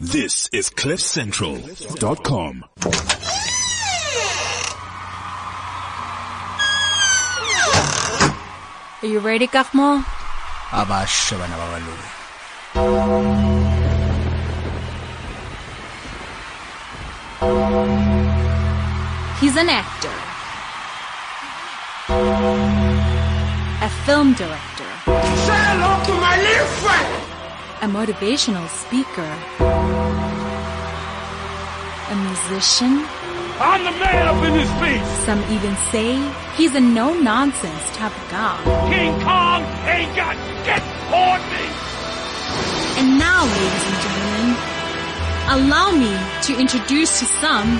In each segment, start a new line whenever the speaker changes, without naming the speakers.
This is CliffCentral.com.
Are you ready, Kafmo?
abasha bana babalume
He's an actor, a film director,
Say hello to my little friend.
a motivational speaker, a musician.
I'm the man up in this piece.
Some even say he's a no nonsense type of guy.
King Kong ain't got shit on me.
And now, ladies and gentlemen, allow me to introduce to some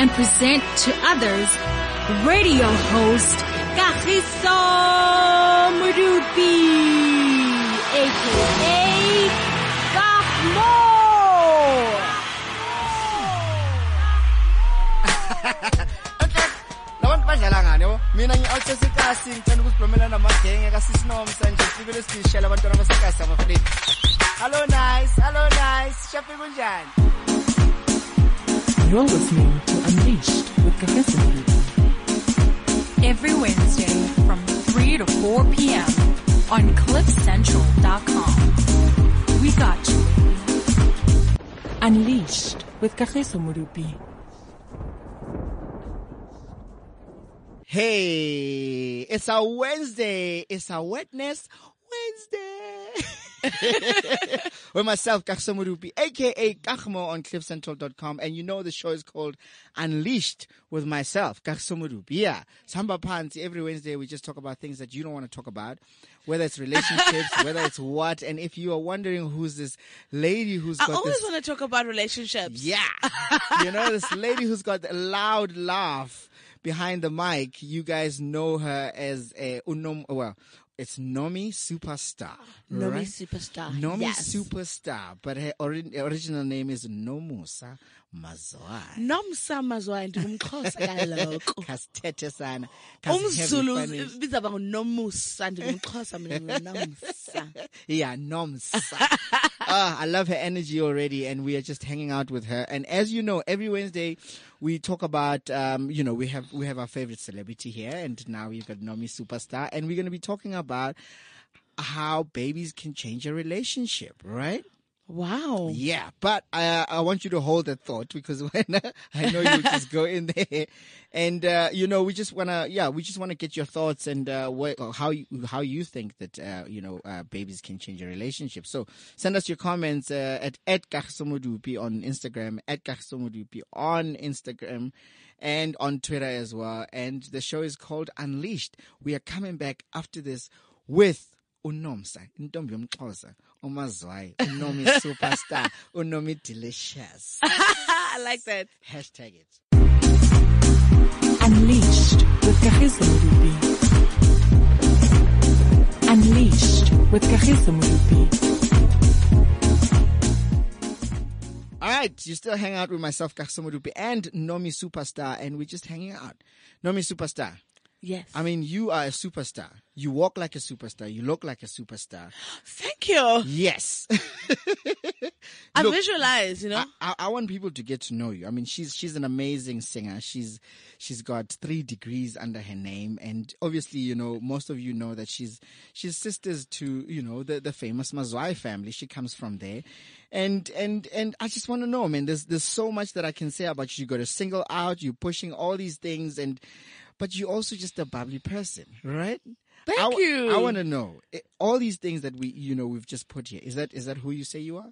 and present to others radio host Kahiso Murubi, aka Gafmo.
labantu badlala ngani yabo mina ngi-out esikasi ngicela ukuziblomela namagenge kasisinomsa nje sibile esibishela abantwana basekasi abafuleti hallo nice hallo nice shapi kunjani
You're listening to Unleashed with Gahesimbi.
Every Wednesday from 3 to 4 p.m. on CliffCentral.com. We got you.
Unleashed with Gahesomurupi.
Hey, it's a Wednesday. It's a wetness Wednesday. With myself, Kaksamurupi, aka Kakmo on cliffcentral.com. And you know the show is called Unleashed with myself, Kaksamurupi. Yeah. Samba Pansi. Every Wednesday we just talk about things that you don't want to talk about, whether it's relationships, whether it's what. And if you are wondering who's this lady who's
I
got
always
this
want to talk about relationships.
yeah. you know, this lady who's got a loud laugh behind the mic, you guys know her as a Unom, well, it's Nomi Superstar.
Nomi
right?
Superstar,
Nomi
yes.
Superstar. But her ori- original name is Nomusa Mazwai.
nomsa mazwayo ndingumxhosa kaloku
Kasithethe sana.
umzulu
Kasiheve funny.
bizawuba ngunomusa ndingumxhosa mina ngunomsa
Yeah, noms. Ah, I love her energy already, and we are just hanging out with her. And as you know, every Wednesday we talk about, um, you know, we have we have our favorite celebrity here, and now we've got Nomi Superstar, and we're going to be talking about how babies can change a relationship, right?
wow
Yeah, but I, I want you to hold that thought because when I know you just go in there, and uh, you know we just wanna yeah we just wanna get your thoughts and uh, what, how you, how you think that uh, you know uh, babies can change a relationship. So send us your comments uh, at at Kahsomodupi on Instagram at Kahsomodupi on Instagram and on Twitter as well. And the show is called Unleashed. We are coming back after this with unomsa intombi yomxhosa umazwayi unomi superstar unomi delicious
i like that
hashtag it
Unleashed with Gahesomurupi. Unleashed with Gahesomurupi.
all right you still hang out with myself Kaksomodupi, and nomi superstar and we're just hanging out nomi superstar
yes
i mean you are a superstar you walk like a superstar you look like a superstar
thank you
yes
i
Look,
visualize you know
I, I want people to get to know you. I mean, she's she's an amazing singer. She's she's got three degrees under her name, and obviously, you know, most of you know that she's she's sisters to you know the the famous Mazwai family. She comes from there, and and and I just want to know, man. There's there's so much that I can say about you. You got a single out. You're pushing all these things, and but you're also just a bubbly person, right?
Thank
I w-
you.
I want to know eh, all these things that we, you know, we've just put here. Is that is that who you say you are?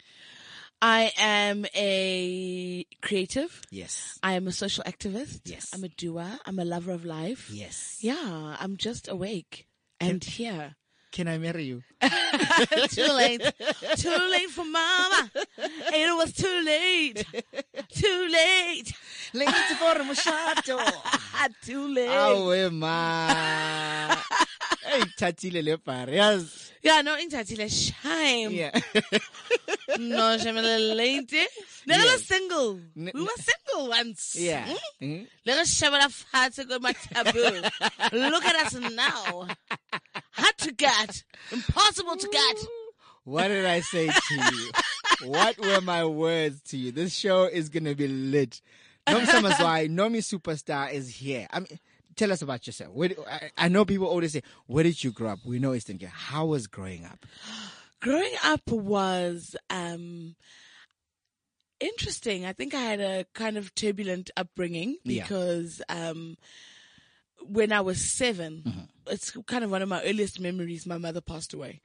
i am a creative
Yes.
i am a social activist
Yes.
i'm a doer i'm a lover of life
Yes.
yeah i'm just awake and here
Can I marry you?
too late. Too late for mama. It was too late. Too late.
Late for Mushato.
Ah, too late.
Awe ma. Hey, thathile le pare. Yes.
Yeah, no, intatile shame.
Yeah.
No, shame late. Nigga was single.
N-
we were single once.
Yeah.
Mm?
Mhm.
Nigga shame la fat go my taboo. Look at us now. Hard to get. Impossible to get.
What did I say to you? what were my words to you? This show is gonna be lit. Nom Samazwai, Nomi Superstar is here. I mean, tell us about yourself. Where, I, I know people always say, "Where did you grow up?" We know Eastern Cape. How was growing up?
growing up was um interesting i think i had a kind of turbulent upbringing
Yeah.
because um when i was 7
Mm-hmm.
it's kind of one of my earliest memories my mother passed away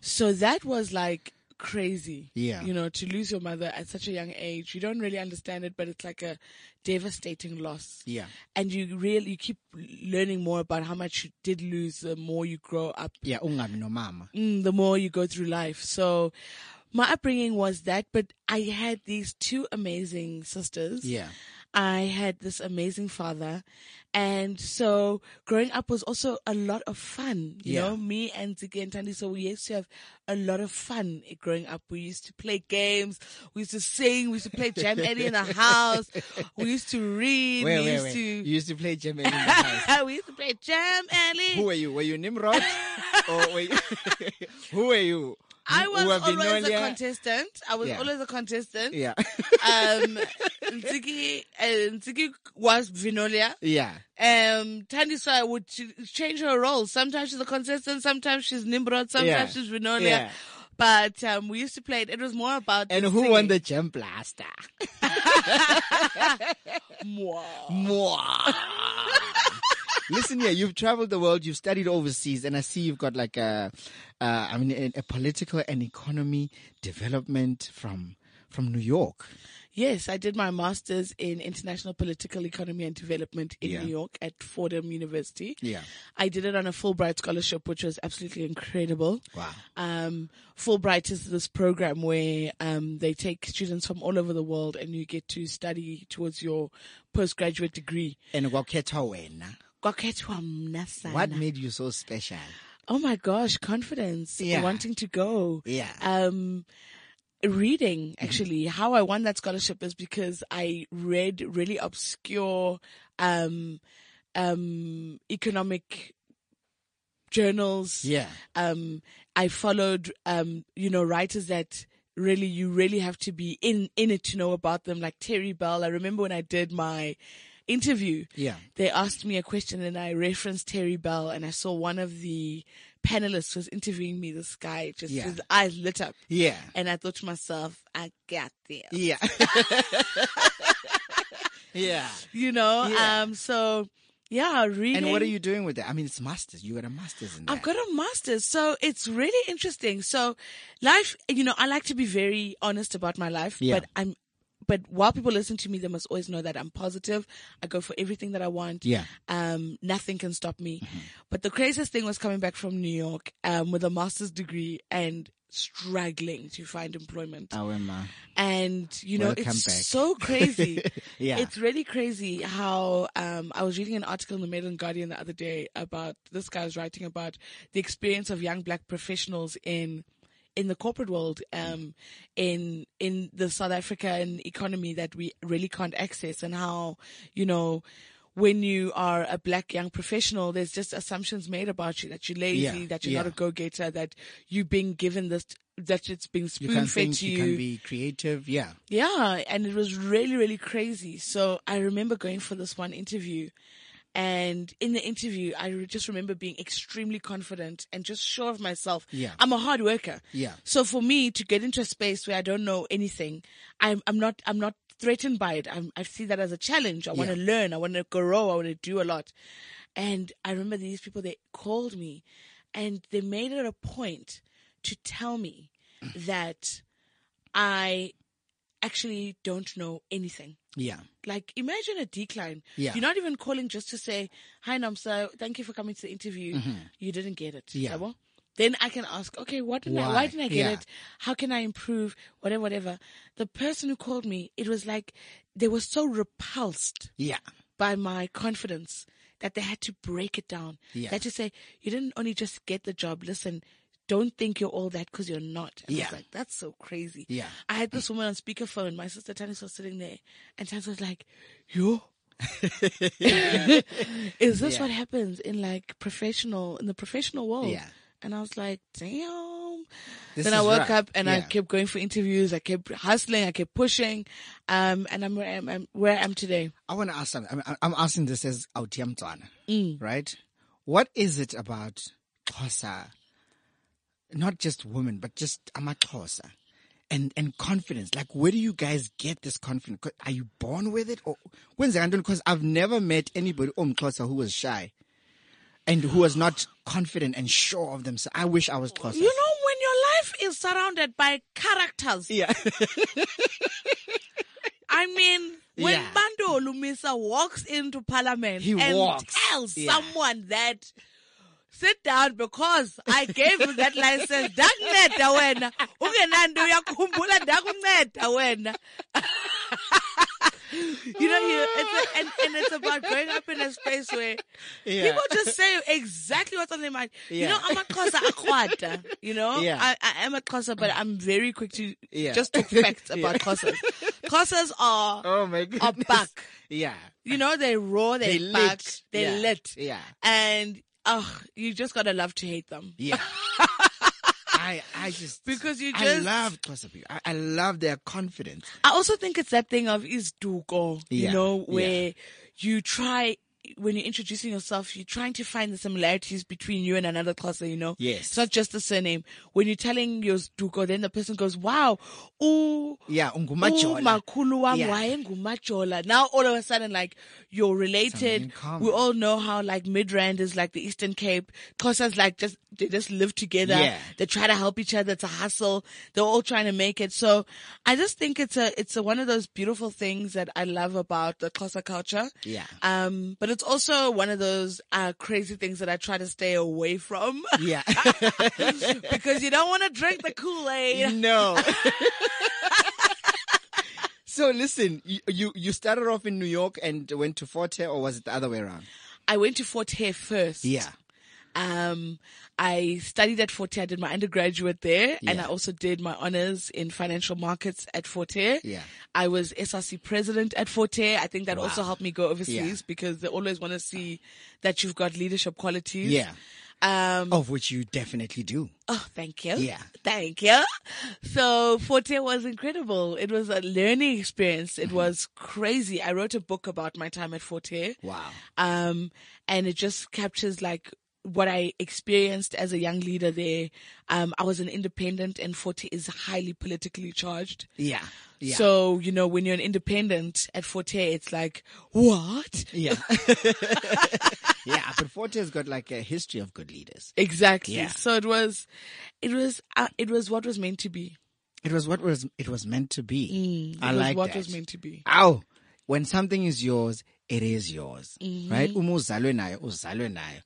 so that was like crazy
Uh-huh. Yeah.
you know to lose your mother at such a young age you don't really understand it but it's like a devastating loss
Yeah.
and you really you keep learning more about how much you did lose the more you grow up
Yeah, ungabi no mama.
mm, the more you go through life. So my upbringing was that, but I had these two amazing sisters.
Yeah.
I had this amazing father. And so growing up was also a lot of fun. You
Yeah.
know, me and Ziggy and Tandy, so we used to have a lot of fun growing up. We used to play games. We used to sing. We used to play Jam Eddie in the house. We used to read.
Wait,
we
wait,
used
wait.
to.
You used to play German in the house.
we used to play Jam Alley.
Who were you? Were you Nimrod? or were you, who were you?
I was
Were
always a
Vinolia?
contestant. I was
Yeah.
always a contestant.
Yeah,
Um, Nziki, uh, Nziki was Vinolia.
yeah.
Um, Tandisa would ch- change her role. Sometimes she's a contestant, sometimes she's Nimrod, sometimes
Yeah.
she's Vinolia.
Yeah.
But um, we used to play it. It was more about
And
the
who won the
singing.
Gem Blaster?
Mwah.
Mwah. Listen here, you've traveled the world, you've studied overseas, and I see you've got like a, uh, I mean, a, a political and economy development from from New York.
Yes, I did my master's in international political economy and development in
Yeah.
New York at Fordham University.
Yeah.
I did it on a Fulbright scholarship, which was absolutely incredible.
Wow.
Um, Fulbright is this program where um, they take students from all over the world and you get to study towards your postgraduate degree.
And kwakhetha wena.
Kwakhethwa mna sana.
what made you so special?
Oh my gosh, confidence,
Yeah.
wanting to go.
Yeah.
Um, reading,
Mm-hmm.
actually. How I won that scholarship is because I read really obscure um, um, economic journals.
Yeah.
Um, I followed, um, you know, writers that really you really have to be in in it to know about them like terry bell i remember when i did my interview
Yeah.
they asked me a question and I referenced Terry Bell and I saw one of the panelists was interviewing me, this guy, just
Yeah.
his eyes lit up.
Yeah.
And I thought to myself, I got this.
Yeah. yeah.
You know?
Yeah.
Um so yeah, reading
And what are you doing with that? I mean, it's masters. You got a masters in that.
I've got a master's, so it's really interesting. So life you know, I like to be very honest about my life,
Yeah.
but I'm but while people listen to me, they must always know that I'm positive. I go for everything that I want.
Yeah. Mm-hmm.
um, nothing can stop me. But the craziest thing was coming back from New York um, with a master's degree and struggling to find employment.
Our ma.
And you know,
Welcome
it's
back.
so crazy.
Yeah.
It's really crazy how um, I was reading an article in the Mail and Guardian the other day about this guy was writing about the experience of young black professionals in in the corporate world, um, in in the South African economy that we really can't access, and how you know. When you are a black young professional, there's just assumptions made about you that you're lazy,
Yeah,
that you're not
yeah.
a go-getter, that you're being given this, that it's being
You can
spoon-fed
think,
to
you can be creative. Yeah.
yeah, and it was really, really crazy. So I remember going for this one interview, and in the interview, I re- just remember being extremely confident and just sure of myself.
Yeah.
I'm a hard worker.
Yeah.
So for me to get into a space where I don't know anything, I'm, I'm not, I'm not threatened by it. I'm, I see that as a challenge. I want to
Yeah.
learn. I want to grow. I want to do a lot. And I remember these people, they called me and they made it a point to tell me
Mm.
that I actually don't know anything.
Yeah.
Like, imagine a decline.
Yeah.
You're not even calling just to say, Hi, Namsa, thank you for coming to the interview. You didn't get it.
Mm-hmm. Yeah.
yabo? Then I can ask, Okay, what didn't I,
Why?
why didn't I get
Yeah.
it? How can I improve? Whatever, whatever. The person who called me, it was like they were so repulsed
Yeah.
by my confidence that they had to break it down.
Yeah.
They had to say, you didn't only just get the job. Listen, don't think you're all that because you're not. And I was
Yeah.
like, that's so crazy.
Yeah.
I had this woman on speakerphone. My sister Tanis was sitting there and Tanis was like, yo. Is this what happens in like professional in the professional world?
Yeah.
And I was like, damn. film.
This
then I
is
woke
rough.
up and I
Yeah.
kept going for interviews. I kept hustling. I kept pushing. Um, and I'm where I'm, I'm where I am today.
I want to ask something. I'm, I'm asking this as Autiamtwana,
E.
right? What is it about Xhosa, not just women, but just Amaxhosa, and and confidence? Like, where do you guys get this confidence? 'Cause Are you born with it, or when's Because I've never met anybody um Xhosa who was shy, and who was not confident and sure of themselves. I wish I was Xhosa.
You know, when your life is surrounded by characters,
yeah,
I mean, when
Yeah.
Bando Lumisa walks into parliament
He
and
walks.
tells
Yeah.
someone that sit down because I gave you that license, ndakunceda wena, ungenanto uyakhumbula ndakunceda wena. You know, you, it's a, and, and it's about growing up in a space where
Yeah.
people just say exactly what's on their mind. You
Yeah.
know, I'm a Xhosa akwata. You know,
Yeah.
I, I am a Xhosa, but I'm very quick to
Yeah.
just talk facts
Yeah.
about Xhosas. Xhosas are
Oh my
are
goodness.
buck.
yeah.
You know, they raw, they,
They lit.
buck, they
Yeah.
lit.
Yeah.
And oh, you just gotta love to hate them.
Yeah. I I just
Because you
I
just-
love Xhosa people. I, I love their confidence.
I also think it's that thing of is duko, you
Yeah,
know,
yeah.
where you try when you're introducing yourself, you're trying to find the similarities between you and another cluster, you know?
Yes.
It's not just the surname. When you're telling your duko, then the person goes, Wow, ooh
Yeah,
Ooh,
ungumajola.
makhulu wami
Yeah.
wayengumajola. Now all of a sudden, like you're
Something in
related.
common.
We all know how like Midrand is like the Eastern Cape. Xhosa's like just they just live together.
Yeah.
They try to help each other. It's a hustle. They're all trying to make it. So I just think it's a it's a, one of those beautiful things that I love about the Xhosa culture.
Yeah.
Um, but it's also one of those uh crazy things that I try to stay away from
Yeah.
because you don't want to drink the Kool Aid.
no. so listen, you, you you started off in New York and went to Forte or was it the other way around?
I went to Fort Hare first.
Yeah.
Um, I studied at Forte. I did my undergraduate there, and
Yeah.
I also did my honors in financial markets at Forte.
Yeah.
I was SRC president at Forte. I think that also
Wow.
helped me go overseas
Yeah.
because they always want to see that you've got leadership qualities.
Yeah.
Um,
Of which you definitely do.
Oh, thank you.
Yeah.
Thank you. So Forte was incredible. It was a learning experience.
Mm-hmm.
It was crazy. I wrote a book about my time at Forte.
Wow.
Um, and it just captures like what I experienced as a young leader there. Um, I was an independent and Forte is highly politically charged.
Yeah. Yeah.
So, you know, when you're an independent at Forte, it's like, what?
yeah. yeah, but Forte's got like a history of good leaders.
Exactly.
Yeah.
So it was, it was, uh, it was what was meant to be.
It was what was it was meant to be.
It
I
was
like
what
that.
was meant to be.
Ow. When something is yours, it is yours. Right? Uma uzalwe nayo, uzalwe nayo.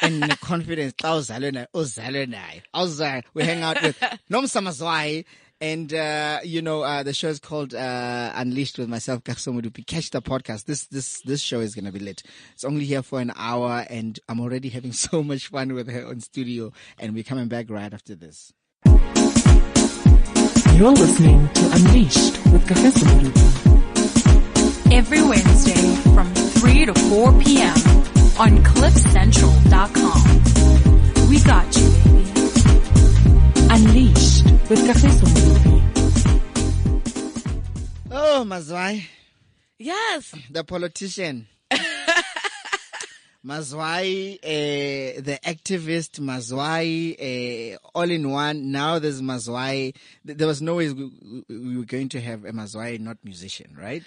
And the confidence, xa uzalwe nayo, uzalwe nayo. I was uh, we hang out with Nomsa Mazwai. And, uh, you know, uh, the show is called, uh, Unleashed with myself, Kakso Mudupi. Catch the podcast. This, this, this show is going to be lit. It's only here for an hour and I'm already having so much fun with her on studio. And we're coming back right after this.
You're listening to Unleashed with Kagiso Morupi.
every Wednesday from 3 to 4 p.m. on cliffcentral.com. We got you, baby.
Unleashed with Kagiso Morupi.
Oh, Mazwai.
Yes.
the politician. Mazwai, uh, the activist, Mazwai, uh, all in one. Now there's Mazwai. Th- There was no way we we were going to have a Mazwai not musician, right?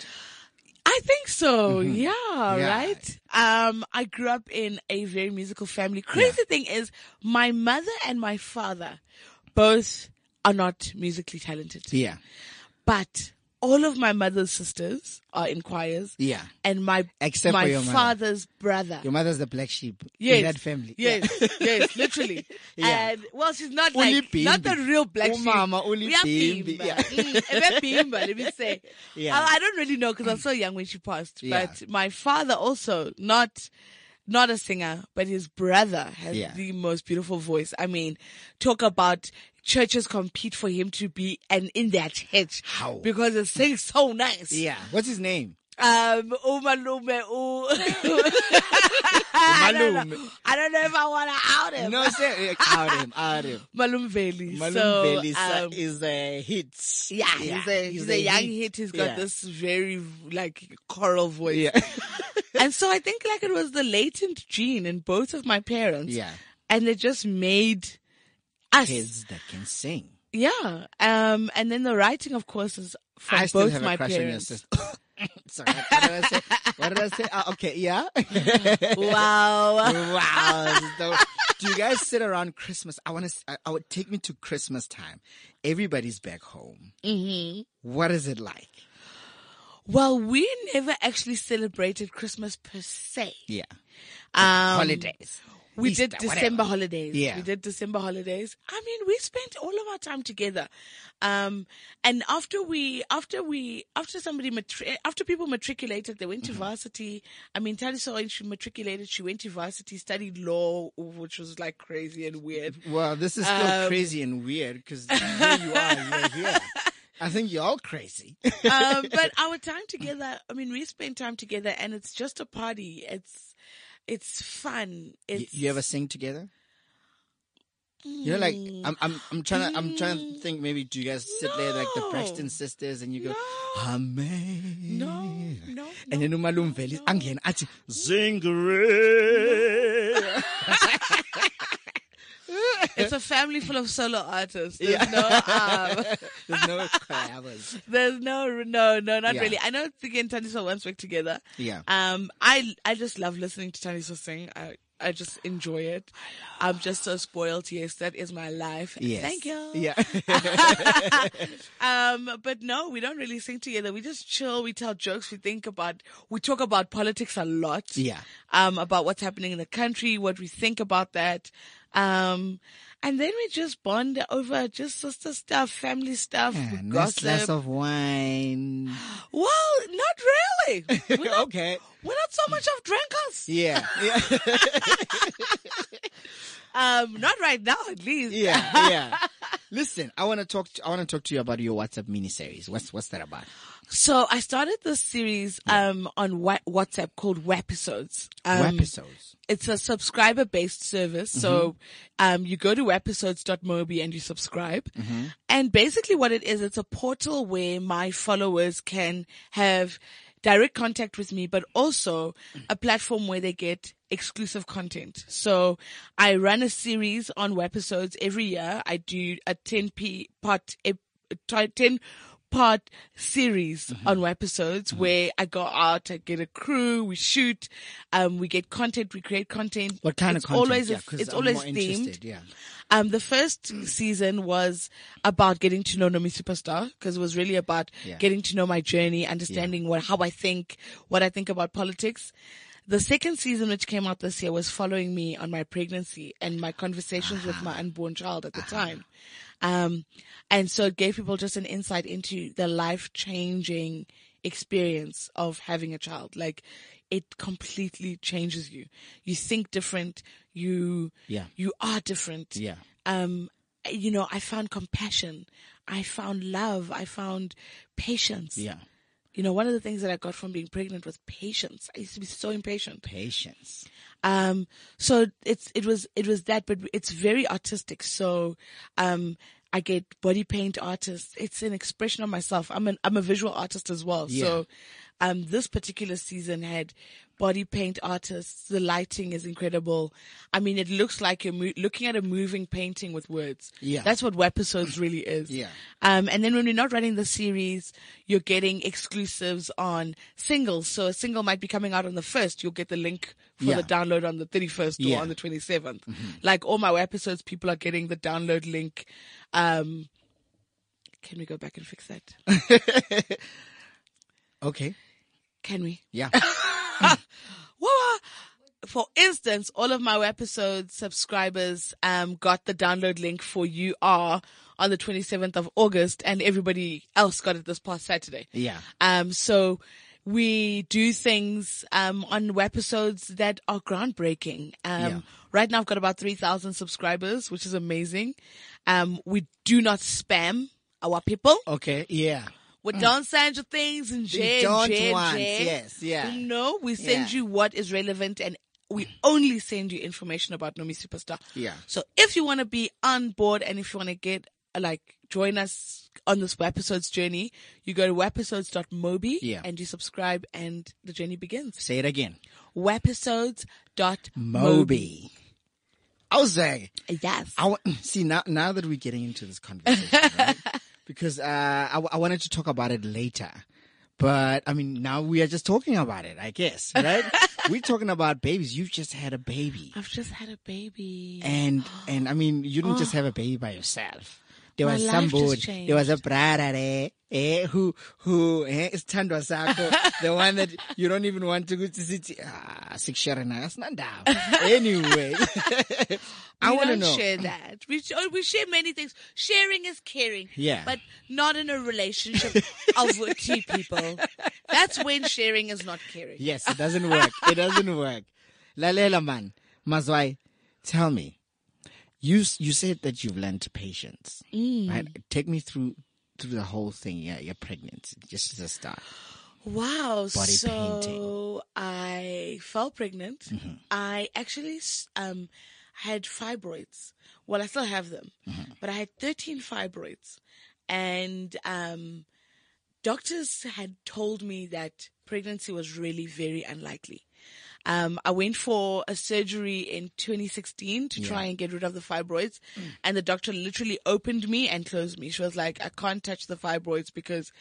I think so. Yeah,
Mm-hmm. Yeah.
right. Um, I grew up in a very musical family. Crazy thing is, my mother and my father both are not musically talented,
Yeah.
but all of my mother's sisters are in choirs.
Yeah.
and my
Except
my
for your mother.
father's brother.
Your mother's the black sheep
Yes.
in that family.
Yes, yes, literally.
Yeah.
And well, she's not like
Ulibhimbi.
not the real black sheep.
Umama
We are
ulibhimbi,
bhimba.
yeah.
Mm, ebebhimba, let me say.
Yeah.
I, I don't really know because I was so young when she passed.
Yeah.
But my father also not not a singer, but his brother has
Yeah.
the most beautiful voice. I mean, talk about churches compete for him to be and in their church
How?
because it sings so nice.
Yeah. What's his name?
Um, oh, Malume, oh. I don't know.
Malum.
I don't know if I want to out him.
No, say, out him, out him.
Malum Veli.
Malum
so,
Belisa
um,
is a hit.
yeah, he's, A, he's, a, young hit. He's got
Yeah.
this very like choral voice.
Yeah.
and so I think like it was the latent gene in both of my parents.
Yeah.
And it just made us.
Kids that can sing.
Yeah. Um, and then the writing, of course, is from
I
both
still have
my
a crush
parents.
on your sister. Sorry, what did I say? What did I say? Ah, okay, yeah.
wow.
wow. this is dope. Do you guys sit around Christmas? I want to. I, I would take me to Christmas time. Everybody's back home. Mm-hmm. is it like?
well, we never actually celebrated Christmas per se.
Yeah,
Um,
holidays.
We
Easter,
did
whatever.
December holidays.
Yeah.
We did December holidays. I mean, we spent all of our time together. Um, and after we, after we, after somebody, matri- after people matriculated, they went
Mm-hmm.
to varsity. I mean, Taliso, when she matriculated, she went to varsity, studied law, which was like crazy and weird.
Well, this is still
um,
crazy and weird because here you are, you're here. I think you're all crazy.
um, but our time together, I mean, we spend time together and it's just a party. It's, it's fun.
you,
It's,
you ever sing together? You know, like I'm, I'm, I'm trying to, I'm trying to think. Maybe do you guys sit there like the
No.
Braxton sisters and you go,
No.
Amen.
no, no,
And
no.
then umalume vele angena athi zingare.
It's a family full of solo artists. There's no, um,
There's no collabs.
there's no, no, no, not
Yeah.
really. I know Tige and Taniso once worked together.
Yeah.
Um, I, I just love listening to Taniso sing. I, I just enjoy it. I'm just so spoiled. Yes, that is my life.
Yes.
Thank you.
Yeah.
Um, but no, we don't really sing together. We just chill. We tell jokes. We think about, we talk about politics a lot.
Yeah.
Um, about what's happening in the country, what we think about that. Um, and then we just bond over just sister stuff, family stuff, we
And nice
gossip.
glass of wine.
well, not really. We're not,
okay.
we're not so much of drinkers.
Yeah. Yeah.
Um, not right now, at least.
Yeah. Yeah. Listen, I want to talk. To, I want to talk to you about your WhatsApp miniseries. What's What's that about?
So I started this series, um, on Wha- WhatsApp called Wepisodes. Um,
Webisodes.
it's a subscriber based service. So, um, you go to episodes.mobi and you subscribe. And basically what it is, it's a portal where my followers can have direct contact with me, but also a platform where they get exclusive content. So I run a series on webisodes every year. I do a 10 p part, ep- ti- 10 part series
Mm-hmm.
on webisodes where I go out, I get a crew, we shoot, um, we get content, we create content.
What kind
It's
of content?
Always, a-
Yeah, 'cause
it's
I'm
always
more
themed.
interested, Yeah.
Um, the first season was about getting to know Nomi Superstar because it was really about
Yeah.
getting to know my journey, understanding what how I think, what I think about politics. The second season, which came out this year, was following me on my pregnancy and my conversations with
Ah.
my unborn child at the time. Um, and so it gave people just an insight into the life changing experience of having a child. Like it completely changes you. You think different. You,
Yeah.
you are different.
Yeah.
Um, you know, I found compassion. I found love. I found patience.
Yeah.
You know, one of the things that I got from being pregnant was patience. I used to be so impatient.
Patience.
Um, so it's, it was, it was that, but it's very artistic. So, um, I get body paint artists. It's an expression of myself. I'm an, I'm a visual artist as well. So, um, this particular season had body paint artists. The lighting is incredible. I mean, it looks like you're mo- looking at a moving painting with words.
Yeah.
That's what webisodes really is.
Yeah.
Um, and then when we're not running the series, you're getting exclusives on singles. So a single might be coming out on the first. You'll get the link for
Yeah.
the download on the 31st
Yeah. Mm-hmm.
or on the 27th. Like all my episodes, people are getting the download link. Um, can we go back and fix that?
Okay.
Can we?
Yeah.
Whoa! For instance, all of my episode subscribers um, got the download link for UR on the 27th of August, and everybody else got it this past Saturday.
Yeah.
Um, so we do things um, on webisodes that are groundbreaking. Um,
Yeah.
Right now, I've got about 3,000 subscribers, which is amazing. Um, we do not spam our people.
Okay. Yeah.
We don't send you things in jail.
don't
jail,
want,
jail.
yes, yeah.
No, we send
Yeah. Mm.
you what is relevant and we only send you information about Nomi Superstar.
Yeah.
So if you want to be on board and if you want to get, uh, like, join us on this Webisodes journey, you go to webisodes.mobi
Yeah.
and you subscribe and the journey begins.
Say it again.
Webisodes.mobi.
Moby. I was like,
Yes.
I wa- see now. Now that we're getting into this conversation, right? because uh, I, w- I wanted to talk about it later, but I mean, now we are just talking about it. I guess, right? we're talking about babies. You've just had a baby,
I've just had a baby.
and and I mean, you didn't just have a baby by yourself. There
Oh. My
was
life just
somebody. There was a brother there. Eh, who who eh, is Tandwa Sako, the one that you don't even want to go to city. Ah, six share and that's not down. Anyway, I
We
want to
don't
know.
share that. We sh- oh, we share many things. Sharing is caring.
Yeah.
But not in a relationship of two people. That's when sharing is not caring.
Yes, it doesn't work. it doesn't work. Lalela man, Mazwai, tell me. You s- you said that you've learned patience,
Mm.
right? Take me through through the whole thing. Yeah, your pregnancy, just as a start.
Wow.
Body
so
painting. Mm-hmm.
I fell pregnant. I actually s- um had fibroids. Well, I still have them,
Mm-hmm.
but I had 13 fibroids, and um, doctors had told me that pregnancy was really very unlikely. Um, I went for a surgery in 2016 to try and get rid of the fibroids,
Mm.
and the doctor literally opened me and closed me. She was like, "I can't touch the fibroids because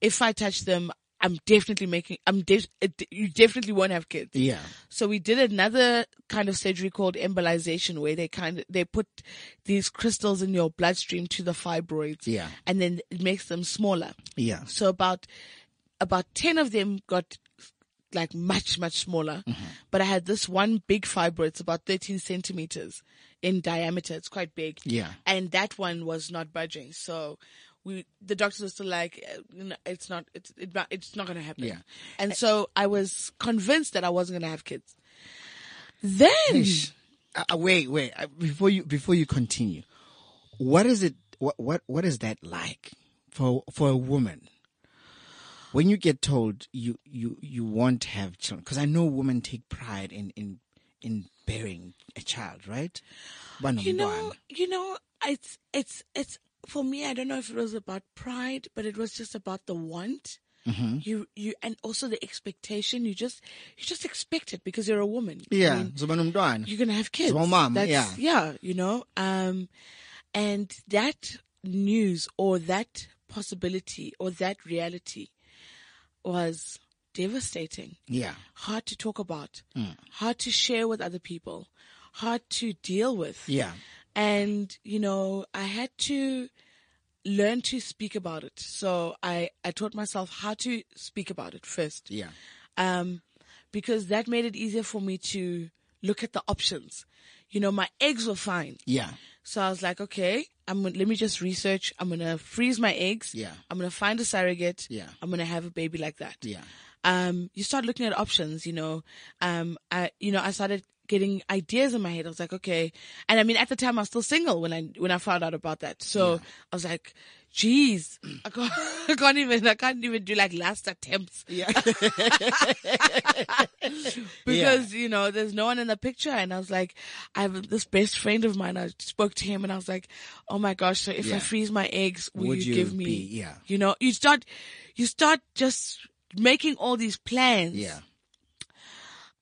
if I touch them, I'm definitely making. I'm def- it- you definitely won't have kids."
Yeah,
So we did another kind of surgery called embolization, where they kind of they put these crystals in your bloodstream to the fibroids,
Yeah.
and then it makes them smaller.
yeah,
So about about ten of them got like much much smaller,
Mm-hmm.
but I had this one big fibroid. It's about thirteen centimeters in diameter. It's quite big.
Yeah.
and that one was not budging. So. We, the doctors were still like, uh, you know, it's not, it's, it, it's not going to happen.
Yeah.
And so I was convinced that I wasn't going to have kids. Then,
Uh, uh, wait, wait. Uh, before you before you continue, what is it? What what what is that like for for a woman? When you get told you you you won't have children, because I know women take pride in in in bearing a child, right? But
you know,
one.
you know, it's, it's, it's, for me, I don't know if it was about pride, but it was just about the want.
Mm-hmm.
You, you, and also the expectation. You just, you just expect it because you're a woman. I
yeah,
mean,
zoba nomntwana.
you're gonna have kids.
my mom,
That's-
yeah.
yeah, you know. Um, and that news or that possibility or that reality was devastating.
yeah,
Hard to talk about.
Mm.
Hard to share with other people. Hard to deal with.
yeah,
And you know, I had to learn to speak about it. So I I taught myself how to speak about it first
yeah,
um, because that made it easier for me to look at the options. You know, my eggs were fine,
yeah,
so I was like, okay, I'm gonna, let me just research. I'm gonna freeze my eggs.
Yeah.
I'm gonna find a surrogate.
Yeah.
I'm gonna have a baby like that.
yeah,
Um, you start looking at options. You know, um, I you know I started getting ideas in my head. I was like, okay, and I mean at the time I was still single when I when I found out about that. So I was like. Jeez, I can't, I can't even, I can't even do like last attempts
yeah.
because you know there's no one in the picture and i was like i have this best friend of mine i spoke to him and i was like oh my gosh so if
Yeah.
i freeze my eggs will
Would
you,
you
give me
be- yeah.
you know you start you start just making all these plans
yeah.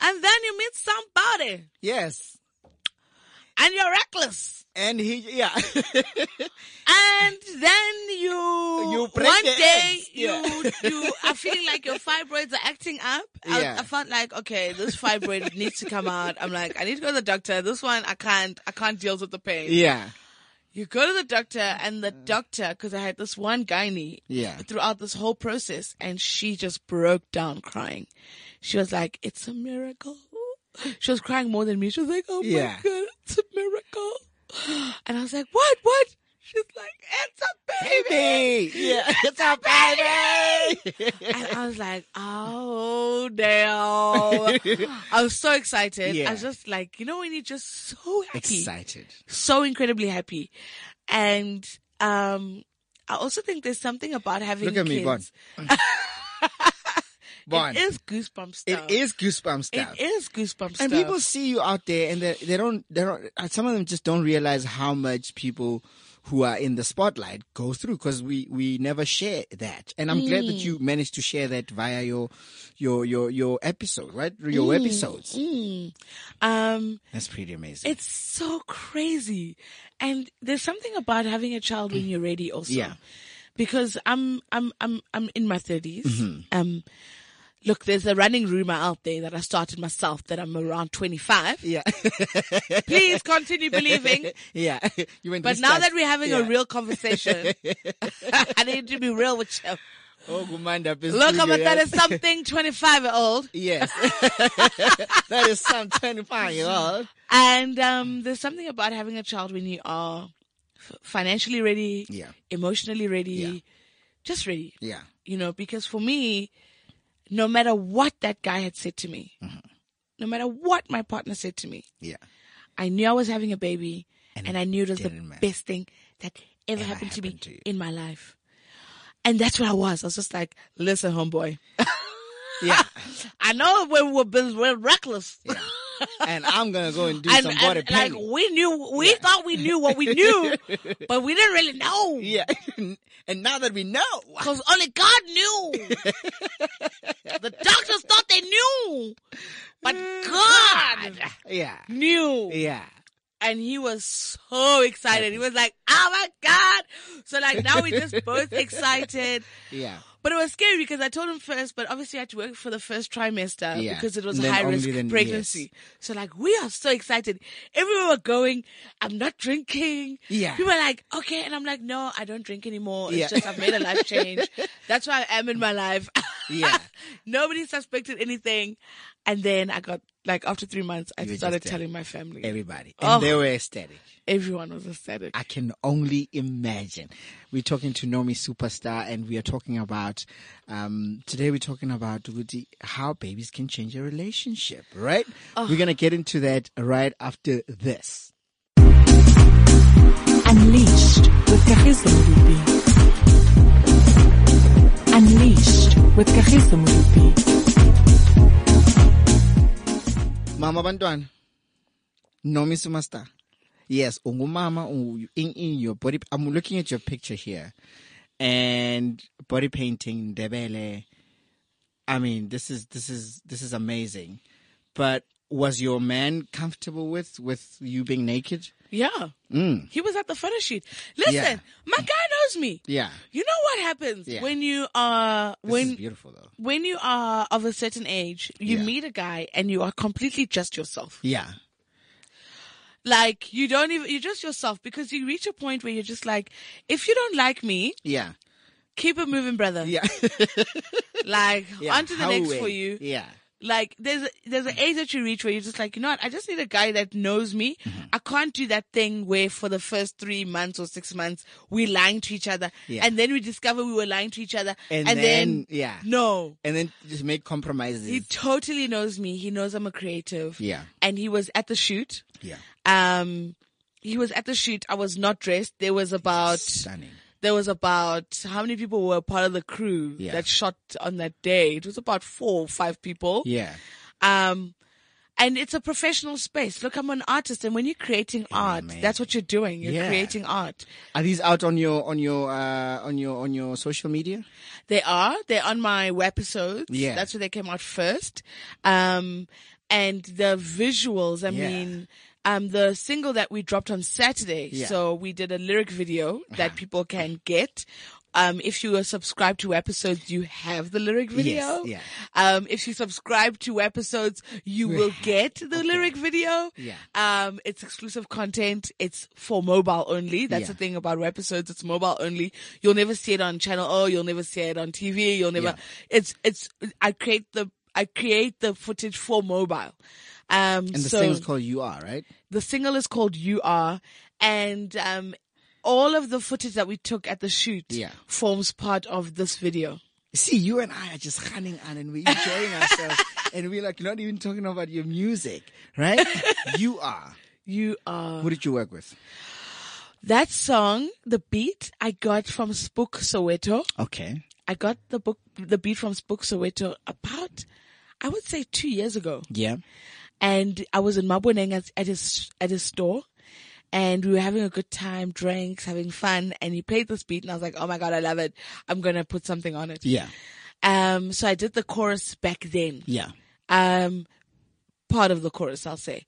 and then you meet somebody
Yes,
and you're reckless
and he yeah.
and then you,
You break
one
the
day
eggs. Yeah.
you you are feeling like your fibroids are acting up. I,
Yeah.
I felt like okay, this fibroid needs to come out. I'm like, I need to go to the doctor. This one I can't I can't deal with the pain.
yeah,
You go to the doctor, and the doctor, because I had this one gynae
Mm-hmm. Yeah.
throughout this whole process, and she just broke down crying. She was like, "It's a miracle." She was crying more than me. She was like, "Oh
Yeah.
my god, it's a miracle!" And I was like, "What? What?" She's like, "It's a baby."
baby, yeah, it's a baby.
And I was like, "Oh damn!" I was so excited.
Yeah.
I was just like, you know, when you're just so happy
Excited.
so incredibly happy and um I also think there's something about having
Look at me, Bon.
kids.
Bon.
It is goosebumps stuff.
It is goosebumps stuff.
It is goosebumps
and
stuff.
people see you out there and they, they don't they don't uh, some of them just don't realize how much people who are in the spotlight go through because we we never share that and i'm glad that you
Mm.
managed to share that via your your your your episode right your episodes
Mm, um,
that's pretty amazing
It's so crazy. And there's something about having a child when you're ready also.
Yeah.
Because I'm I'm I'm I'm in my 30s.
Mm-hmm.
Um look, there's a running rumor out there that I started myself that I'm around 25.
yeah
Please continue believing.
yeah you went
But
this
now
time.
that we're having a
Yeah.
real conversation, I need to be real with you.
oh Gumanda, Pizzuto,
Look, I'm a
yeah.
30 something 25 year old.
yes that is some 25 year old
And um, there's something about having a child when you are f- financially ready,
Yeah.
emotionally ready,
Yeah.
just ready.
yeah
You know, because for me, no matter what that guy had said to me,
Mm-hmm.
no matter what my partner said to me,
yeah
I knew I was having a baby, and, I knew it was the
didn't matter.
best thing that ever,
Ever
happened to me
happened to you.
in my life. And that's what I was. I was just like, listen, homeboy.
yeah
I know we were, we we're reckless.
and i'm gonna go and do some body
like
painting.
we knew we thought we knew what we knew but we didn't really know
Yeah. and now that we know.
because only god knew the doctors thought they knew but god
Yeah.
knew
Yeah.
and he was so excited he was like oh my god so like now we just both excited
Yeah.
but it was scary because I told him first, but obviously I had to work for the first trimester
Yeah.
because it was a
Then
high
only
risk
then-
pregnancy. So like we are so excited. Everywhere we're going, I'm not drinking.
Yeah.
People are like, okay, and I'm like, no, I don't drink anymore. It's
Yeah.
just I've made a life change. That's why I am in my life.
Yeah.
Nobody suspected anything. And then I got like after three months I
You were
started
just there.
telling my family.
Everybody. And
Oh.
they were ecstatic.
Everyone was ecstatic.
I can only imagine. We're talking to Nomi Superstar and we are talking about, um, today we're talking about Rudy, how babies can change a relationship, right? We're going to get into that right after this.
Unleashed with Kagiso Modupi. Unleashed with Kagiso Modupi.
Mama Bantuan. Nomi Superstar. Yes, Ungumama, ungu- in, in your body. I'm looking at your picture here. And body painting, Debele. I mean, this is this is this is amazing. But was your man comfortable with with you being naked?
Yeah. He was at the photo shoot. Listen,
Mm. Yeah.
my guy knows me.
Yeah.
You know what happens
Yeah.
when you are
This is
when
beautiful though.
when you are of a certain age, you
Yeah.
meet a guy and you are completely just yourself.
Yeah.
Like you don't even you're just yourself because you reach a point where you're just like, if you don't like me,
Yeah.
keep it moving, brother.
Yeah.
Like
yeah.
on to the
How
next
way.
for you.
Yeah.
Like there's a, there's an age that you reach where you're just like, you know what? I just need a guy that knows me.
Mm-hmm.
I can't do that thing where for the first three months or six months we're lying to each other,
Yeah.
and then we discover we were lying to each other,
And then- yeah.
no,
And then just make compromises.
He totally knows me. He knows I'm a creative.
Yeah.
And he was at the shoot.
yeah.
Um, he was at the shoot. I was not dressed. There was about,
Stunning.
there was about, how many people were part of the crew
Yeah.
that shot on that day? It was about four or five people.
Yeah.
Um, and it's a professional space. Look, I'm an artist. And when you're creating art,
Oh, man.
that's what you're doing. You're
Yeah.
creating art.
Are these out on your on your uh on your on your social media?
They are. They're on my webisodes.
Yeah.
That's where they came out first. Um, and the visuals, I
Yeah.
mean, um, the single that we dropped on Saturday.
Yeah. Uh-huh.
So we did a lyric video that people can get. Um, if you are subscribed to episodes, you have the lyric video.
yeah.
Um, if you subscribe to episodes, you will get the lyric video.
Yeah.
Um, it's exclusive content. It's for mobile only. That's
Yeah.
the thing about episodes. It's mobile only. You'll never see it on channel O. You'll never see it on TV. You'll never. It's it's. I create the I create the footage for mobile. Um,
And the
so
thing's called You Are, right?
the single is called "You Are," and um, all of the footage that we took at the shoot
Yeah.
forms part of this video.
See, you and I are just running on and we're enjoying ourselves and we're like not even talking about your music, right? you are.
You are.
Who did you work with?
That song, the beat, I got from Spook Soweto.
Okay.
I got the book, the beat from Spook Soweto about, I would say two years ago.
Yeah.
And I was in Maboneng at, at his, at his store and we were having a good time, drinks, having fun. And he played this beat and I was like, Oh my God, I love it. I'm going to put something on it.
Yeah.
Um, so I did the chorus back then.
Yeah.
Um, part of the chorus, I'll say.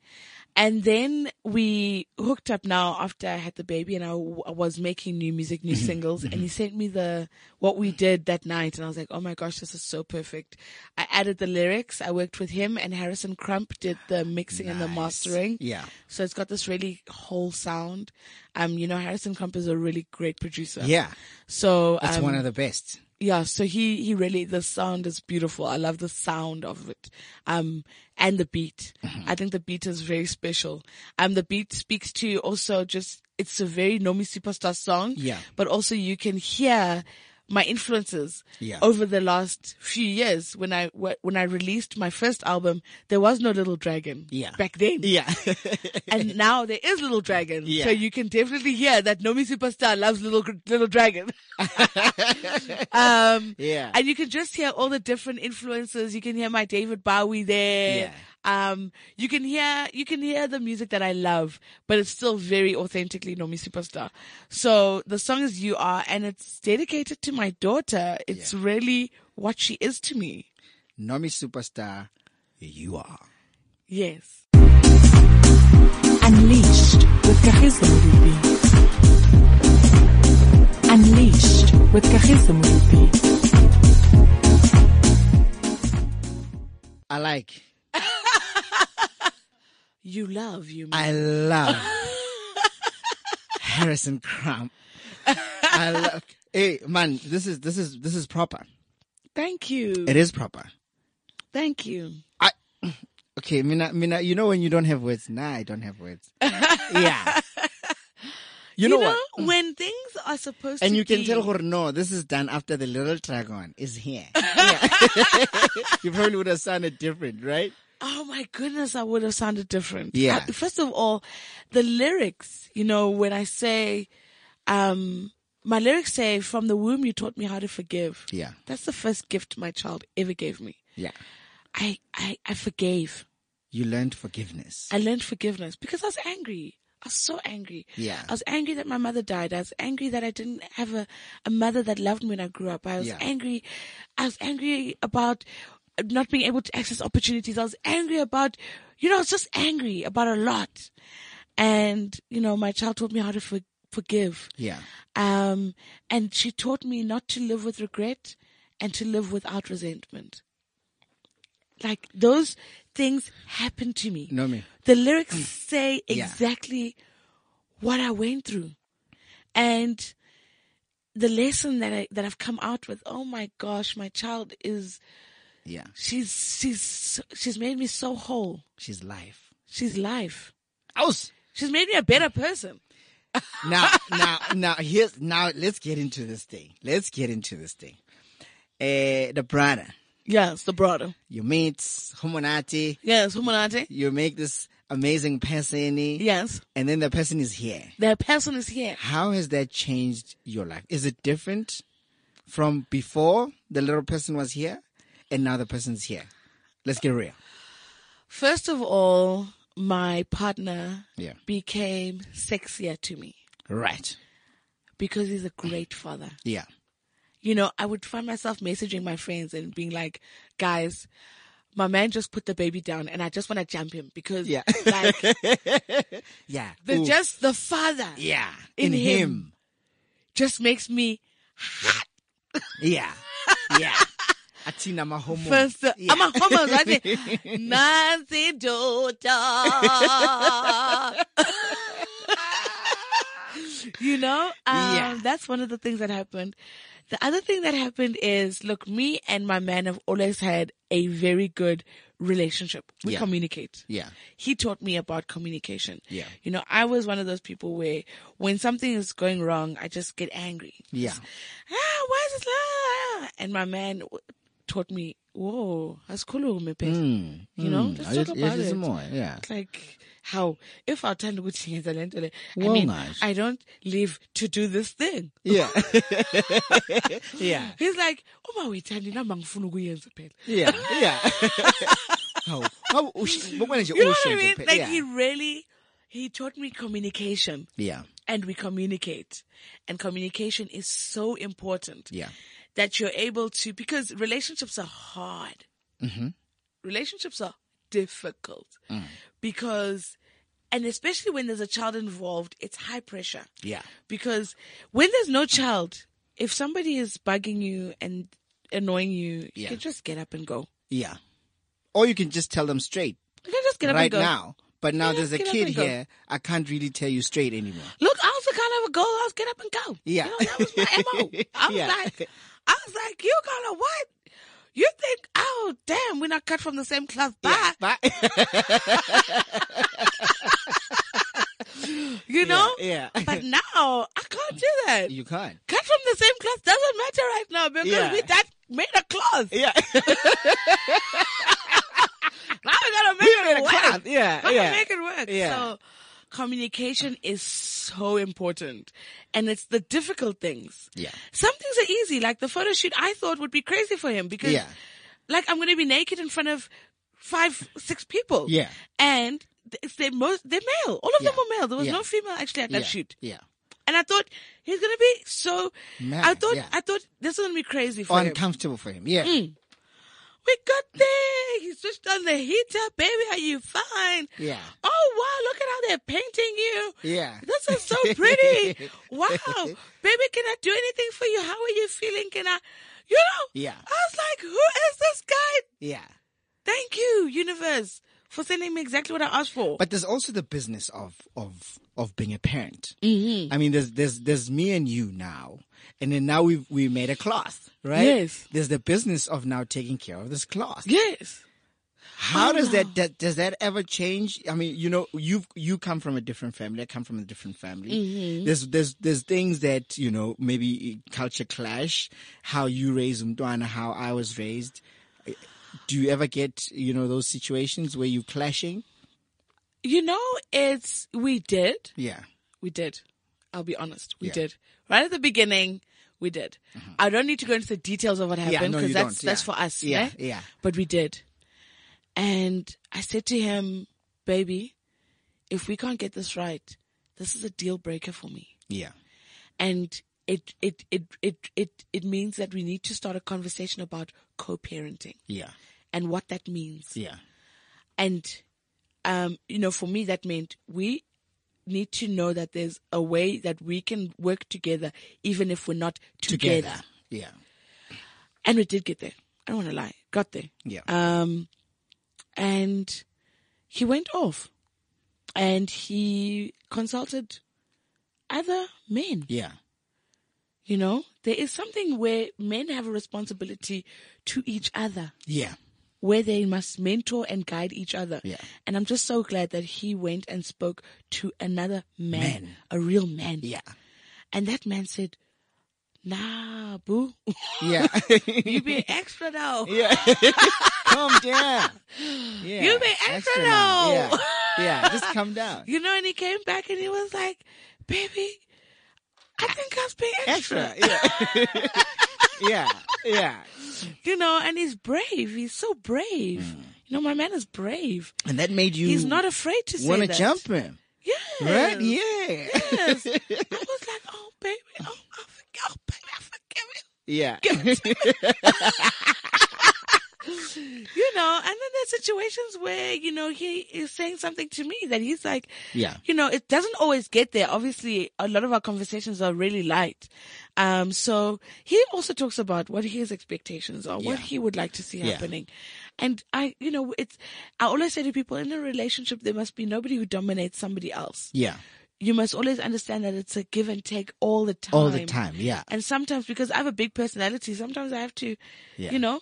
And then we hooked up now after I had the baby and I, w- I was making new music, new singles. And he sent me the, what we did that night. And I was like, Oh my gosh, this is so perfect. I added the lyrics. I worked with him and Harrison Crump did the mixing and the mastering.
Yeah.
So it's got this really whole sound. Um, you know, Harrison Crump is a really great producer.
Yeah.
So,
That's
um,
one of the best.
yeah, so he, he really, the sound is beautiful. I love the sound of it. Um, and the beat.
Mm-hmm.
I think the beat is very special. Um, the beat speaks to also just, it's a very Nomi Superstar song.
Yeah.
But also you can hear my influences
Yeah.
over the last few years. When I, when I released my first album, there was no Little Dragon.
Yeah.
Back then
Yeah.
and now there is Little Dragon.
Yeah.
So you can definitely hear that Nomi Superstar loves Little Little Dragon. um,
Yeah.
And you can just hear all the different influences. You can hear my David Bowie there. Um, you can hear you can hear the music that I love, but it's still very authentically Nomi Superstar. So the song is "You Are," and it's dedicated to my daughter. It's really what she is to me.
Nomi Superstar, you are.
Yes.
Unleashed with Kagiso Moruti. Unleashed with Kagiso Moruti.
I like.
You love you.
I love Harrison Crump. I love. Hey man, this is this is this is proper.
Thank you.
It is proper.
Thank you.
Okay, Mina, Mina, you know when you don't have words. Nah, I don't have words. yeah. You know,
you know,
what? Mm.
when things are supposed
And
to
you can
be-
tell her no, this is done after the little dragon is here. you probably would have sounded different, right?
oh my goodness i would have sounded different
Yeah.
I- first of all the lyrics you know when i say um my lyrics say from the womb you taught me how to forgive
Yeah.
that's the first gift my child ever gave me
Yeah.
i i, I forgave
You learned forgiveness.
I learned forgiveness because I was angry. I was so angry.
Yeah.
I was angry that my mother died. I was angry that I didn't have a, a mother that loved me when I grew up. I was
Yeah.
angry. I was angry about not being able to access opportunities. I was angry about, you know, I was just angry about a lot. And, you know, my child taught me how to for, forgive.
Yeah.
Um, and she taught me not to live with regret and to live without resentment. Like those things happened to me.
Nomi.
The lyrics say
Yeah.
exactly what I went through. And the lesson that I that I've come out with, oh my gosh, my child is
Yeah.
she's she's she's made me so whole.
She's life.
She's life.
Aus.
She's made me a better person.
now, now, now, here's now. Let's get into this thing. Let's get into this thing. Uh, the brother,
Yes, the brother.
you meet Humanati,
Yes, Humanate.
you make this amazing person,
Yes.
and then the person is here.
The person is here.
How has that changed your life? Is it different from before the little person was here, and now the person's here? Let's get real.
First of all, my partner
Yeah.
became sexier to me
Right.
because he's a great father.
Yeah.
You know, I would find myself messaging my friends and being like, guys, my man just put the baby down and I just want to jump him because
Yeah.
like
Yeah.
the
Ooh.
just the father
yeah
in
in,
him.
him.
just makes me
Yeah. Yeah. Atina Mahomo.
first uh,
Yeah.
I'm a homo right? Nancy daughter. you know, um,
Yeah.
that's one of the things that happened. The other thing that happened is, look, me and my man have always had a very good relationship. We
Yeah.
communicate.
Yeah.
He taught me about communication.
Yeah.
You know, I was one of those people where when something is going wrong, I just get angry.
Yeah.
Just, ah, why is this? la- la- la?" And my man w- taught me whoa, that's cool, mm, You know,
Mm,
let's talk
it- it
about
is
it.
more, yeah.
Like how if our time to go to lento le, I
Well,
mean,
nice.
I don't live to do this thing.
Yeah. yeah.
He's like, oh my wait, I didn't mangfunu kuyenza phela.
Yeah. Yeah. Oh, How? How? ush- but when is your
You know what I
oceans
mean?
impact?
Like
yeah.
he really, he taught me communication.
yeah.
and we communicate. And communication is so important.
Yeah.
That you're able to, because relationships are hard. Mm-hmm. Relationships are difficult
Mm.
because, and especially when there's a child involved, it's high pressure.
Yeah.
Because when there's no child, if somebody is bugging you and annoying you, you
Yeah.
can just get up and go.
Yeah. Or you can just tell them straight
You can just get up
right
and go.
now. But now
Yeah,
there's a
get up
kid
and go.
here. I can't really tell you straight anymore.
Look, I was the kind of a girl. I was get up and go.
Yeah.
you know, that was my mo. I was
Yeah.
like, I was like, you gonna what? You think? Oh, damn, we're not cut from the same cloth. Bye.
Bye.
You know?
yeah.
But now I can't do that.
you can't.
cut from the same cloth doesn't matter right now because
Yeah.
we that made a cloth.
Yeah.
Now we gotta make
We
it
made a
work.
cloth. Yeah,
Gotta
yeah.
make it work.
Yeah.
So communication is so important, and it's the difficult things.
Yeah.
Some things are easy, like the photo shoot. I thought would be crazy for him because,
Yeah.
like, I'm gonna be naked in front of five, six people.
Yeah.
And it's their most. They're male. All of them
Yeah.
were male. There was
Yeah.
no female actually at that
yeah.
shoot.
Yeah.
And I thought he's gonna be so. I
Mad,
thought
yeah.
I thought this is gonna be crazy for him. Mm.
Uncomfortable for him. Yeah.
We got there. He switched on the heater. Baby, are you fine?
Yeah.
Oh, wow. Look at how they're painting you.
Yeah.
This is so pretty. wow. Baby, can I do anything for you? How are you feeling? Can I, you know?
Yeah.
I was like, who is this guy?
Yeah.
Thank you, universe, for sending me exactly what I asked for.
But there's also the business of of of being a parent. I mean, there's there's there's me and you now, and then now we've we made a cloth, right?
Yes.
There's the business of now taking care of this cloth.
yes.
How does that, that does that ever change? I mean, you know, you you come from a different family. I come from a different family. There's there's there's things that you know maybe culture clash. How you raised Mdwana, how I was raised. Do you ever get you know those situations where you're clashing?
You know, it's, we did.
Yeah,
We did. I'll be honest. We
Yeah. Mm-hmm.
did. Right at the beginning, we did. I don't need to go into the details of what happened
no,
because
you
that's
don't.
that's
Yeah.
for us.
Yeah,
Yeah.
yeah.
But we did. And I said to him, baby, if we can't get this right, this is a deal breaker for me.
yeah,
And it it it it it it means that we need to start a conversation about co parenting
yeah,
and what that means
yeah,
and um, you know, for me, that meant we need to know that there's a way that we can work together, even if we're not together.
Yeah,
And we did get there. I don't want to lie, got there.
yeah,
Um, and he went off, and he consulted other men.
yeah,
You know, there is something where men have a responsibility to each other
yeah,
where they must mentor and guide each other.
Yeah.
And I'm just so glad that he went and spoke to another man,
Man.
a real man.
yeah,
And that man said, Nah, boo,
yeah.
you be an extra now.
Yeah. Calm down. Yeah.
You be extra
now.
now.
Yeah. yeah. Just come down.
You know, and he came back and he was like, Baby, I
Ah,
think I was being extra.
Extra. Yeah. yeah. Yeah.
You know, and he's brave. He's so brave. You know, my man is brave.
Mm. And that made you
he's not afraid to say
want to
that.
jump him.
Yeah.
Right? Yeah.
Yes. I was like, oh baby, oh, I forgive, oh baby, I forgive you.
Yeah.
You know, and then there's situations where you know he is saying something to me that he's like,
Yeah.
you know, it doesn't always get there. Obviously, a lot of our conversations are really light. Um, so he also talks about what his expectations are, what
Yeah.
he would like to see
Yeah.
happening, and I, you know, it's I always say to people in a relationship there must be nobody who dominates somebody else.
Yeah.
You must always understand that it's a give and take all the time.
All the time. Yeah.
and sometimes because I have a big personality, sometimes I have to,
Yeah.
you know,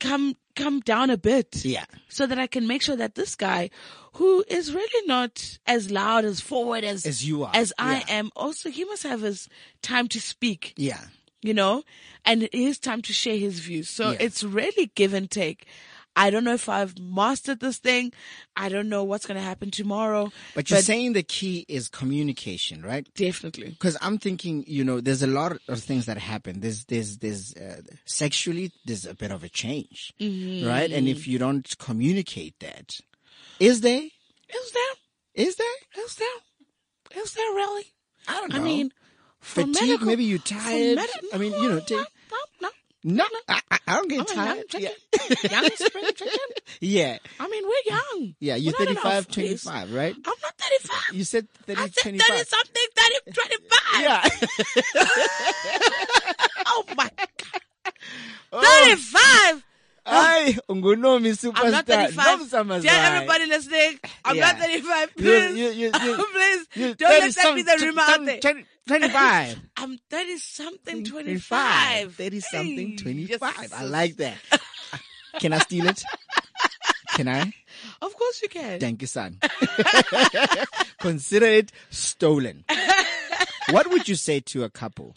come come down a bit,
Yeah.
so that I can make sure that this guy, who is really not as loud as forward as
As you are.
as I
Yeah.
am, also he must have his time to speak
Yeah.
you know, and it is time to share his views. So
Yeah.
it's really give and take. I don't know if I've mastered this thing. I don't know what's going to happen tomorrow.
But you're saying the key is communication, right?
definitely.
because I'm thinking, you know, there's a lot of things that happen. There's, there's, there's, uh, sexually, there's a bit of a change,
Mm-hmm.
right? And if you don't communicate that, is there?
Is there?
Is there?
Is there? Is there really?
I don't
I
know.
mean, for
Fatigue,
medical-
maybe you're
for
tired.
medi-
I mean, you know,
no,
take-
no, no.
no, I, I- I don't
Oh, I'm
get
a
tired.
young
Yeah.
chicken. young spring chicken.
yeah,
I mean, we're young.
yeah. You're
We're not in our
35,
40s.
25, right?
I'm not 35.
You said 30,
I said 30
25.
something, 30, 25.
yeah.
Oh my God.
Oh.
35.
Hi, Ungunomi
I'm not
superstar.
35.
Nomsa
Tell
Mazai.
everybody listening, I'm not
Yeah.
35.
You-
Please.
you- you- you-
please.
You
don't
30
let that be
some-
the rumor out
some-
there.
20 25.
I'm 30 something, 25.
25. 30 something, 25. I
Jesus.
like that. Can I steal it? Can I?
Of course you can.
Thank you, son. Consider it stolen. what would you say to a couple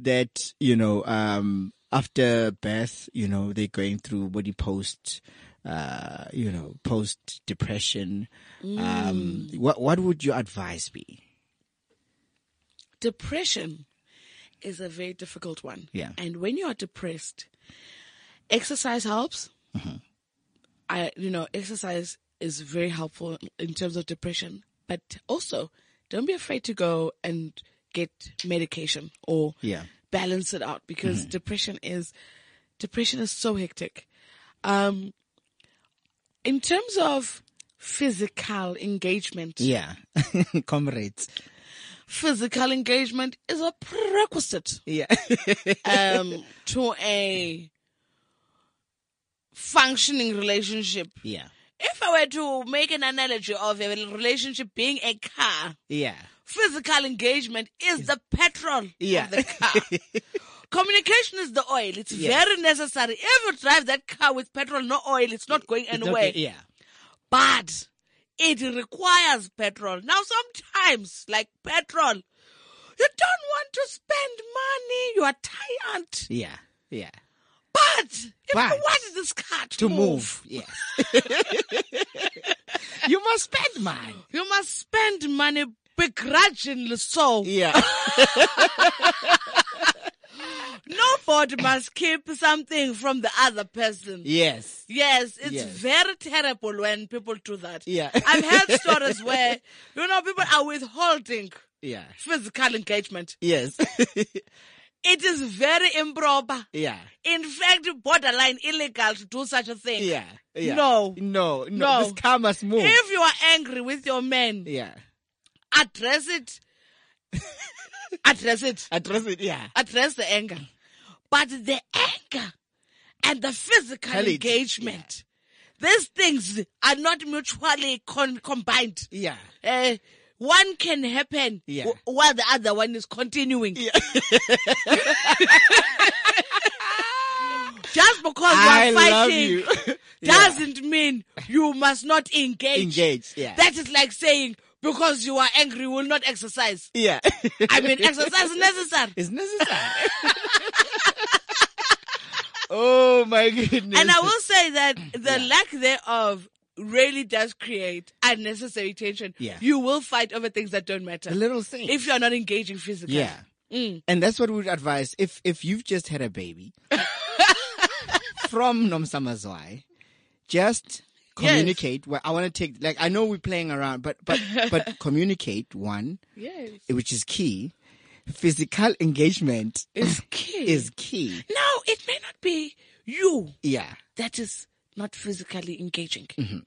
that, you know, um, after birth, you know, they're going through body post, uh, you know, post depression. Um, what, what would your advice be?
depression is a very difficult one.
Yeah.
And when you are depressed, exercise helps.
Mm-hmm.
I, you know, exercise is very helpful in terms of depression, but also don't be afraid to go and get medication or
Yeah. Mm-hmm.
balance it out because depression is, depression is so hectic. Um, in terms of physical engagement,
Yeah. Comrades.
physical engagement is a prerequisite
Yeah.
um, to a functioning relationship.
yeah.
If I were to make an analogy of a relationship being a car,
Yeah.
physical engagement is the petrol
Yeah.
of the car. Communication is the oil. It's
Yeah.
very necessary. If you drive that car with petrol, no oil, it's not going anywhere.
Okay, yeah.
But it requires petrol. Now, sometimes, like petrol, you don't want to spend money. You are tired.
Yeah. Yeah.
But if
But-
you want this car to,
To move. Yes. you must spend mine.
you must spend money begrudgingly so.
Yeah.
Nobody must keep something from the other person.
yes.
Yes, it's
Yes.
very terrible when people do that.
Yeah.
I've heard stories where, you know, people are withholding
Yeah.
physical engagement.
Yes.
It is very improper.
yeah.
in fact borderline illegal to do such a thing.
Yeah. Yeah.
No.
No. No.
No.
This car must move.
If you are angry with your man,
yeah.
address it. address it.
Address it. Yeah.
Address the anger. But the anger and the physical
Tell it.
engagement, these things are not mutually con- combined.
Yeah.
Uh, one can happen
Yeah.
w- while the other one is continuing. Just because
I
you are
love
fighting
you. Yeah.
doesn't mean you must not engage.
engage. Yeah.
That is like saying because you are angry, you will not exercise.
yeah.
I mean, exercise is necessary.
It's necessary. oh my goodness.
And I will say that the lack thereof really does create unnecessary tension.
Yeah.
You will fight over things that don't matter
The little thing.
if you are not engaging physically.
Yeah. And that's what we'd advise if if you've just had a baby from Nomsamazwai, just communicate. Well, I want to take like I know we're playing around, but but but communicate one,
Yes.
which is key. Physical engagement
It's key.
is key.
now, it may not be you
Yeah.
that is not physically engaging.
Mm-hmm.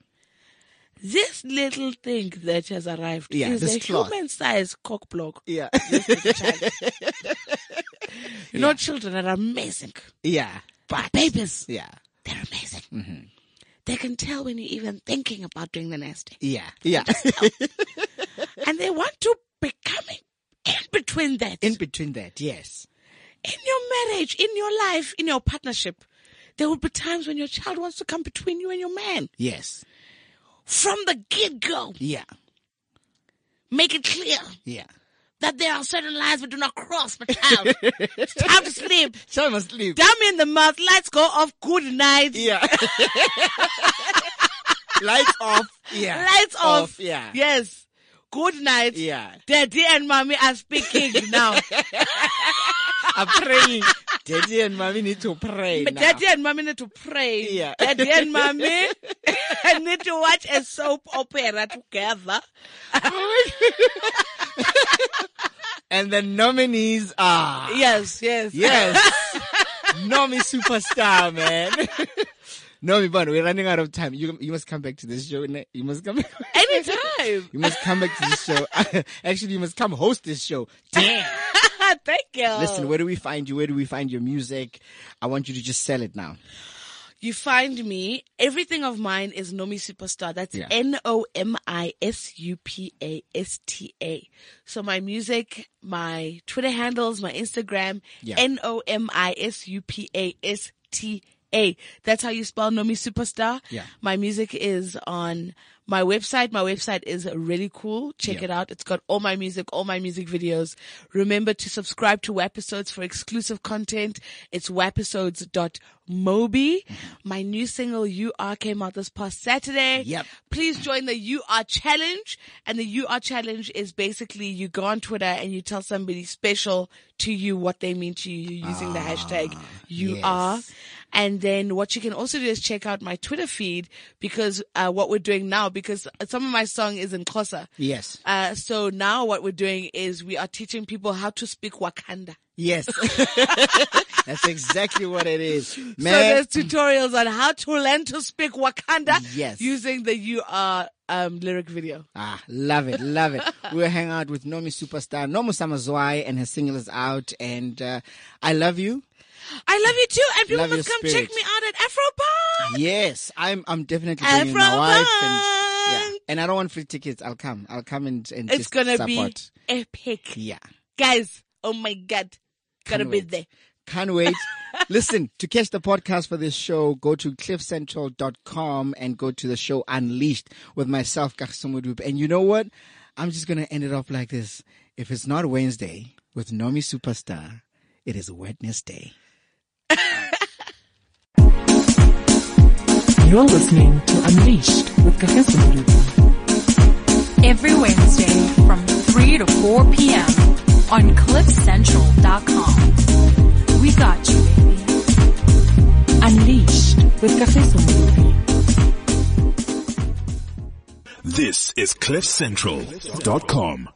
This little thing that has arrived
Yeah,
is
this
a
cloth.
human-sized cock block.
Yeah.
You know, children are amazing.
yeah.
But babies,
Yeah.
they're amazing.
Mm-hmm.
They can tell when you're even thinking about doing the nasty.
Yeah. Yeah.
And they want to become in between that.
In between that, yes.
in your marriage, in your life, in your partnership, there will be times when your child wants to come between you and your man.
Yes.
From the get go,
Yeah.
make it clear.
Yeah.
that there are certain lines we do not cross, my child. it's time to sleep.
Child must sleep.
Damn in the mouth, lights go off, good night.
yeah. Lights off. Yeah.
Lights off.
Yeah.
Yes. Good night.
Yeah.
Daddy and mommy are speaking now.
I'm praying. Daddy and mommy need to pray.
But
now.
Daddy and mommy need to pray.
Yeah.
Daddy and mommy need to watch a soap opera together.
And the nominees are.
Yes, yes.
Yes. Nomi superstar, man. Nomi, but we're running out of time. You, you must come back to this show. ne? You must come back.
Anytime.
You must come back to this show. Actually, you must come host this show.
Thank you.
Listen, where do we find you? Where do we find your music? I want you to just sell it now.
You find me. Everything of mine is Nomi Superstar. That's
Yeah.
N O M I S U P A S T A. So my music, my Twitter handles, my Instagram,
Yeah.
N O M I S U P A S T A. That's how you spell Nomi Superstar.
Yeah.
My music is on my website. My website is really cool. Check
Yeah.
it out. It's got all my music, all my music videos. Remember to subscribe to Wapisodes for exclusive content. It's
Mm-hmm.
wapisodes.mobi. My new single, You Are, came out this past Saturday.
Yep.
Please join the You Are Challenge. And the You Are Challenge is basically you go on Twitter and you tell somebody special to you what they mean to you using the hashtag You
Ah, yes.
Are. And then what you can also do is check out my Twitter feed because uh, what we're doing now, because some of my song is in Kosa.
Yes.
Uh, so now what we're doing is we are teaching people how to speak Wakanda.
Yes. That's exactly what it is. Man.
So there's tutorials on how to learn to speak Wakanda
Yes.
using the you are um, lyric video.
ah, love it, love it. We'll hang out with Nomi Superstar, Nomu Samazwai, and her single is out. And uh, I love you.
I love you too, and people
Love your
must come
spirit.
check me out at Afropunk.
Yes, I'm. I'm definitely bringing my
Afro
wife. And, yeah,
Punk.
and I don't want free tickets. I'll come. I'll come and, and
It's
just
gonna
support.
be epic,
Yeah,
guys. Oh my god, gotta
Can't
be
wait.
there.
can't wait. Listen, to catch the podcast for this show, go to cliffcentral.com and go to the show Unleashed with myself, Kaksomudup. And you know what? I'm just gonna end it off like this. If it's not Wednesday with Nomi Superstar, it is Wednesday.
You're listening to Unleashed with Kafesa Moruti.
Every Wednesday from 3 to 4 p.m. on cliffcentral.com. We got you, baby.
Unleashed with Kafesa Moruti.
This is cliffcentral.com.